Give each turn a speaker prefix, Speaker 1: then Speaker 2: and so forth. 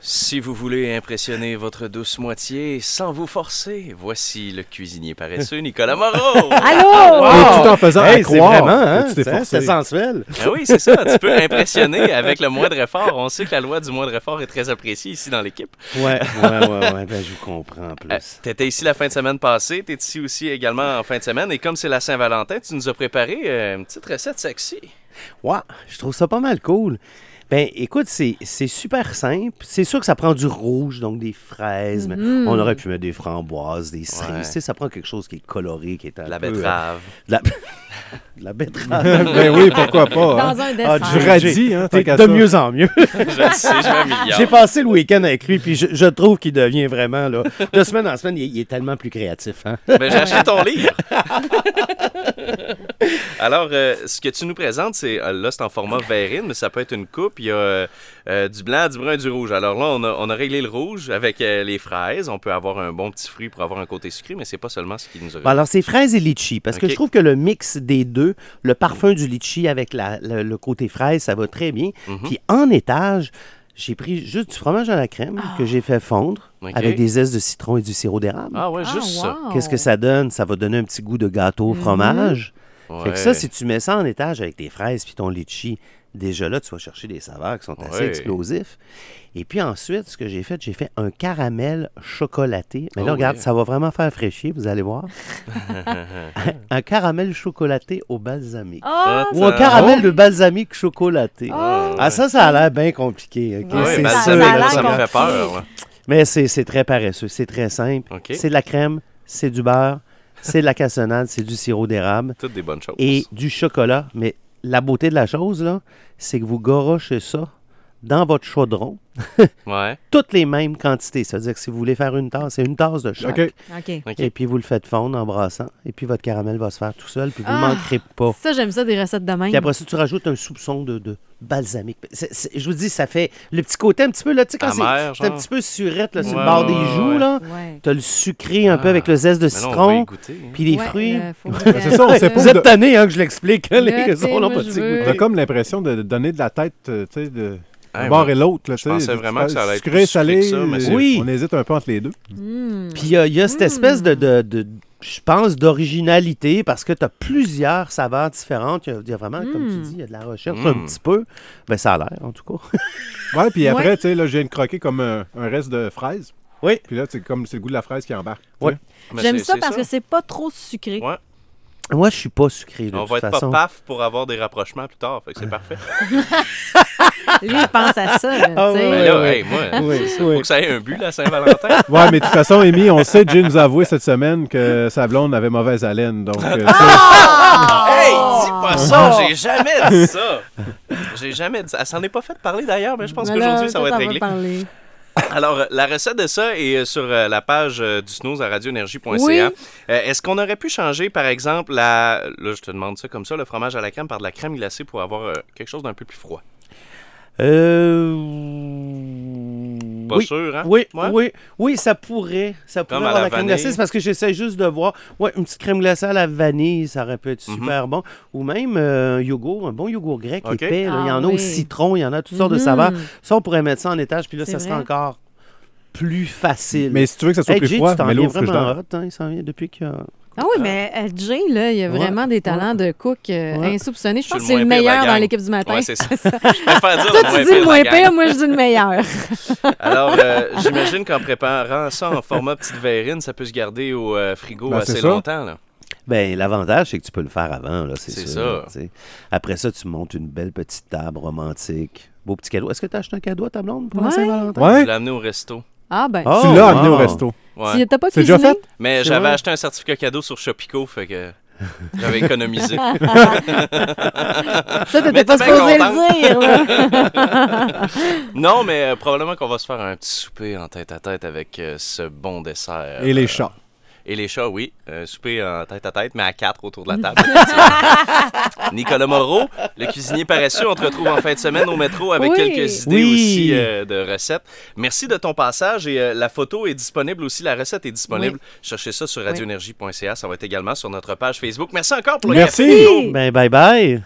Speaker 1: Si vous voulez impressionner votre douce moitié sans vous forcer, voici le cuisinier paresseux Nicolas Moreau.
Speaker 2: Allô?
Speaker 3: Wow!
Speaker 2: Ah,
Speaker 3: Et tout en faisant
Speaker 4: Hey, c'est
Speaker 3: croire
Speaker 4: vraiment,
Speaker 3: que
Speaker 4: hein?
Speaker 3: tu t'es
Speaker 4: c'est-
Speaker 3: forcé.
Speaker 4: C'est sensuel.
Speaker 1: Ah oui, c'est ça, tu peux impressionner avec le moindre effort. On sait que la loi du moindre effort est très appréciée ici dans l'équipe.
Speaker 4: Ouais, ouais, ouais, ouais. Ben, je vous comprends en
Speaker 1: Euh,
Speaker 4: plus.
Speaker 1: T'étais ici la fin de semaine passée, t'es ici aussi également en fin de semaine, et comme c'est la Saint-Valentin, tu nous as préparé euh, une petite recette sexy.
Speaker 4: Ouais, je trouve ça pas mal cool. Ben, écoute, c'est c'est super simple. C'est sûr que ça prend du rouge, donc des fraises. mais
Speaker 2: Mhm.
Speaker 4: on aurait pu mettre des framboises, des cerises.
Speaker 1: Ouais.
Speaker 4: Tu sais, ça prend quelque chose qui est coloré, qui est un
Speaker 1: De la
Speaker 4: peu, euh,
Speaker 1: betterave.
Speaker 4: de la, de la betterave.
Speaker 3: ben oui, pourquoi pas. hein?
Speaker 2: Dans un
Speaker 4: Ah,
Speaker 2: dessin.
Speaker 4: du
Speaker 3: Du radis, hein, tant
Speaker 4: C'est
Speaker 3: qu'à
Speaker 4: de
Speaker 3: ça.
Speaker 4: mieux en mieux.
Speaker 1: je le sais, je m'améliore.
Speaker 4: J'ai passé le week-end avec lui, puis je, je trouve qu'il devient vraiment, là, de semaine en semaine, il, est- il est tellement plus créatif. Hein?
Speaker 1: Ben, j'ai acheté ton livre. Alors, euh, ce que tu nous présentes, c'est euh, là, c'est en format verrine, mais ça peut être une coupe. Il y a euh, euh, du blanc, du brun, du rouge. Alors là, on a, on a réglé le rouge avec euh, les fraises. On peut avoir un bon petit fruit pour avoir un côté sucré, mais c'est pas seulement ce qui nous a.
Speaker 4: Bon, alors, c'est fraises et litchi, parce
Speaker 1: Ok.
Speaker 4: que je trouve que le mix des deux, le parfum du litchi avec la- le, le côté fraise, ça va très bien.
Speaker 1: Mhm.
Speaker 4: Puis en étage, j'ai pris juste du fromage à la crème que j'ai fait fondre
Speaker 1: Ah. Ok.
Speaker 4: avec des zestes de citron et du sirop d'érable.
Speaker 1: Ah ouais,
Speaker 2: Ah,
Speaker 1: juste
Speaker 2: wow.
Speaker 4: Qu'est-ce que ça donne? Ça va donner un petit goût de gâteau au
Speaker 1: ça.
Speaker 4: fromage. Fait que
Speaker 1: Ouais.
Speaker 4: ça, si tu mets ça en étage avec tes fraises puis ton litchi, déjà là, tu vas chercher des saveurs qui sont assez
Speaker 1: Ouais.
Speaker 4: explosifs. Et puis ensuite, ce que j'ai fait, j'ai fait un caramel chocolaté. Mais là,
Speaker 1: Oh
Speaker 4: regarde,
Speaker 1: yeah.
Speaker 4: ça va vraiment faire fraîchir, vous allez voir. un caramel chocolaté au balsamique.
Speaker 2: Ah,
Speaker 4: Ou un
Speaker 1: ça-
Speaker 4: caramel de balsamique chocolaté.
Speaker 2: ah.
Speaker 4: Ah, ça, ça a l'air bien compliqué. ok?
Speaker 1: Ah ouais,
Speaker 4: C'est
Speaker 1: ben,
Speaker 2: ça,
Speaker 1: ça,
Speaker 4: sûr,
Speaker 2: a
Speaker 1: là,
Speaker 2: l'air
Speaker 4: là,
Speaker 1: ça me fait
Speaker 2: compliqué.
Speaker 1: peur. ouais.
Speaker 4: mais c'est c'est très paresseux, c'est très simple.
Speaker 1: OK.
Speaker 4: C'est de la crème, c'est du beurre, c'est de la cassonade, c'est du sirop d'érable
Speaker 1: Toutes des bonnes choses.
Speaker 4: et du chocolat. Mais la beauté de la chose, là, c'est que vous gorochez ça dans votre chaudron,
Speaker 1: Ouais.
Speaker 4: toutes les mêmes quantités. C'est-à-dire que si vous voulez faire une tasse, c'est une tasse de chaque.
Speaker 3: OK.
Speaker 2: OK.
Speaker 1: OK.
Speaker 4: Et puis vous le faites fondre en brassant. Et puis votre caramel va se faire tout seul. Puis vous ne
Speaker 2: Ah.
Speaker 4: manquerez pas.
Speaker 2: Ça, j'aime ça, des recettes de même.
Speaker 4: Puis après ça, tu rajoutes un soupçon de, de balsamique. C'est- c'est- je vous dis, ça fait le petit côté un petit peu, là, tu sais, quand c'est
Speaker 1: Amer,
Speaker 4: c'est un
Speaker 1: genre.
Speaker 4: petit peu surette, là, sur
Speaker 1: Ouais,
Speaker 4: le bord
Speaker 1: ouais,
Speaker 4: des
Speaker 1: ouais,
Speaker 4: joues,
Speaker 1: ouais.
Speaker 4: là.
Speaker 2: Ouais.
Speaker 4: T'as le sucré un peu
Speaker 1: Ah.
Speaker 4: avec le zeste de
Speaker 1: Mais là, on va y
Speaker 4: citron,
Speaker 1: goûter. hein.
Speaker 4: puis les
Speaker 2: Ouais,
Speaker 4: fruits.
Speaker 2: euh, faut que
Speaker 3: Ben, C'est ça, on sait pas.
Speaker 4: Vous êtes tanné hein, que je l'explique. hein,
Speaker 2: Notez,
Speaker 4: Les raisons
Speaker 2: moi,
Speaker 4: n'ont pas
Speaker 2: je
Speaker 4: de
Speaker 2: veux.
Speaker 3: T'as
Speaker 4: goûter.
Speaker 3: comme l'impression de donner de la tête, euh, tu sais, de
Speaker 1: Ah, Ouais,
Speaker 3: un bord
Speaker 1: mais-
Speaker 3: et l'autre. là, tu sais,
Speaker 1: pensais
Speaker 3: tu
Speaker 1: vraiment
Speaker 3: fais
Speaker 1: que ça allait être
Speaker 3: sucré,
Speaker 1: plus sucré
Speaker 3: salé.
Speaker 1: que ça, mais c'est-
Speaker 3: Oui. On hésite un peu entre les deux.
Speaker 2: Hmm.
Speaker 4: Puis il y a- il y, a cette espèce de, de- de- je pense, d'originalité parce que tu as plusieurs saveurs différentes. Il y a- il y, a vraiment, comme tu
Speaker 2: Mm.
Speaker 4: dis, il y a de la recherche
Speaker 1: Mm.
Speaker 4: un petit peu. Ben, ça a l'air, en tout cas.
Speaker 3: Ouais, puis après,
Speaker 2: Ouais.
Speaker 3: tu sais, là, je viens de croquer comme un, un reste de fraise.
Speaker 4: Oui.
Speaker 3: Puis là, c'est comme c'est le goût de la fraise qui embarque. tu
Speaker 4: Ouais.
Speaker 3: sais.
Speaker 1: Mais
Speaker 2: J'aime
Speaker 1: c'est-
Speaker 2: ça
Speaker 1: c'est
Speaker 2: parce que c'est pas trop sucré.
Speaker 1: Ouais.
Speaker 4: Moi, je suis pas sucré, de
Speaker 1: On
Speaker 4: toute
Speaker 1: va être
Speaker 4: façon.
Speaker 1: pas paf pour avoir des rapprochements plus tard. Fait que c'est parfait.
Speaker 2: Lui, il pense à ça. là,
Speaker 4: Ah
Speaker 2: tu sais.
Speaker 1: Mais Ben
Speaker 4: ouais,
Speaker 1: là,
Speaker 4: ouais.
Speaker 1: hey, moi,
Speaker 4: Oui,
Speaker 1: faut
Speaker 4: oui.
Speaker 1: que ça ait un but, la Saint-Valentin.
Speaker 3: Ouais, mais de toute façon, Amy, on sait, Jay nous a avoué cette semaine que sa blonde avait mauvaise haleine. Donc, euh,
Speaker 4: Ah!
Speaker 2: Oh!
Speaker 1: Hey, dis pas ça, j'ai jamais dit ça. J'ai jamais dit ça. Elle s'en est pas faite parler d'ailleurs, mais je pense
Speaker 2: Mais là,
Speaker 1: qu'aujourd'hui ça va
Speaker 2: peut-être
Speaker 1: être
Speaker 2: on
Speaker 1: réglé.
Speaker 2: parler.
Speaker 1: Alors, euh, la recette de ça est euh, sur euh, la page euh, du snooze à radioénergie.ca.
Speaker 2: Oui.
Speaker 1: Euh, Est-ce qu'on aurait pu changer, par exemple, la... là, je te demande ça comme ça, le fromage à la crème par de la crème glacée pour avoir euh, quelque chose d'un peu plus froid?
Speaker 4: Euh...
Speaker 1: Pas
Speaker 4: oui.
Speaker 1: sûr, hein?
Speaker 4: Oui,
Speaker 1: Ouais.
Speaker 4: oui, oui, ça pourrait. Ça pourrait
Speaker 1: Comme à
Speaker 4: avoir
Speaker 1: la
Speaker 4: la, crème
Speaker 1: vanille.
Speaker 4: glacée. C'est parce que j'essaie juste de voir. Ouais, une petite crème glacée à la vanille, ça aurait pu
Speaker 1: Mhm.
Speaker 4: être super bon. Ou même euh, un yogourt, un bon yogourt grec
Speaker 1: Ok.
Speaker 4: épais. là. il y
Speaker 2: Ah
Speaker 4: en a
Speaker 2: oui.
Speaker 4: au citron, il y en a toutes sortes de
Speaker 2: Mhm.
Speaker 4: saveurs. Ça, on pourrait mettre ça en étage, puis là,
Speaker 2: C'est
Speaker 4: ça serait
Speaker 2: vrai.
Speaker 4: encore plus facile.
Speaker 3: mais si tu veux que ça soit
Speaker 4: Hey,
Speaker 3: plus
Speaker 4: Jay,
Speaker 3: froid,
Speaker 4: tu t'en
Speaker 3: mets-le
Speaker 4: viens
Speaker 3: au frigidaire.
Speaker 4: vraiment hot, hein, il s'en vient depuis qu'il y a-
Speaker 2: Ah oui, mais euh, Jay, là, il a
Speaker 4: Ouais,
Speaker 2: vraiment des talents de cook euh,
Speaker 4: Ouais.
Speaker 2: insoupçonnés. Je
Speaker 1: Je suis
Speaker 2: pense que
Speaker 1: le
Speaker 2: c'est le
Speaker 1: moins pire de la
Speaker 2: meilleur dans
Speaker 1: gang.
Speaker 2: l'équipe du matin.
Speaker 1: Ouais, c'est ça.
Speaker 2: Toi,
Speaker 1: Je préfère dire
Speaker 2: tu dis le moins pire, moi, je dis le meilleur.
Speaker 1: Alors, euh, j'imagine qu'en préparant ça en format petite verrine, ça peut se garder au euh, frigo
Speaker 3: Ben, c'est
Speaker 1: assez
Speaker 3: ça.
Speaker 1: longtemps. Là.
Speaker 4: Ben, l'avantage, c'est que tu peux le faire avant, là, c'est
Speaker 1: C'est ça.
Speaker 4: sûr. tu sais. Après ça, tu montes une belle petite table romantique. Beau petit cadeau. Est-ce que tu as acheté un cadeau à ta blonde pour la
Speaker 2: Ouais.
Speaker 4: Saint-Valentin?
Speaker 1: Je
Speaker 3: Ouais.
Speaker 1: l'ai amené au resto.
Speaker 2: Ah ben,
Speaker 4: Ah,
Speaker 3: tu l'as amené au
Speaker 4: wow.
Speaker 3: resto.
Speaker 1: Ouais.
Speaker 2: si t'as pas
Speaker 3: C'est déjà
Speaker 2: cuisiné,
Speaker 3: fait?
Speaker 1: Mais
Speaker 4: C'est
Speaker 1: j'avais
Speaker 4: vrai?
Speaker 1: acheté un certificat cadeau sur Shopico, fait que j'avais économisé.
Speaker 2: ça,
Speaker 1: Mais
Speaker 2: t'étais pas
Speaker 1: t'es bien
Speaker 2: supposé
Speaker 1: contente.
Speaker 2: le dire. là.
Speaker 1: non, mais euh, probablement qu'on va se faire un petit souper en tête à tête avec euh, ce bon dessert.
Speaker 3: Et les
Speaker 1: Euh,
Speaker 3: chats.
Speaker 1: Et les chats, oui. Un souper en tête à tête, mais à quatre autour de la table. effectivement. Nicolas Moreau, le cuisinier paresseux, on te retrouve en fin de semaine au métro avec
Speaker 2: Oui.
Speaker 1: quelques idées
Speaker 4: Oui.
Speaker 1: aussi euh, de recettes. Merci de ton passage et euh, la photo est disponible aussi, la recette est disponible. Cherchez ça sur radioénergie.ca, ça va être également sur notre page Facebook. Merci encore pour le
Speaker 3: Merci.
Speaker 2: Merci.
Speaker 4: Ben, bye bye.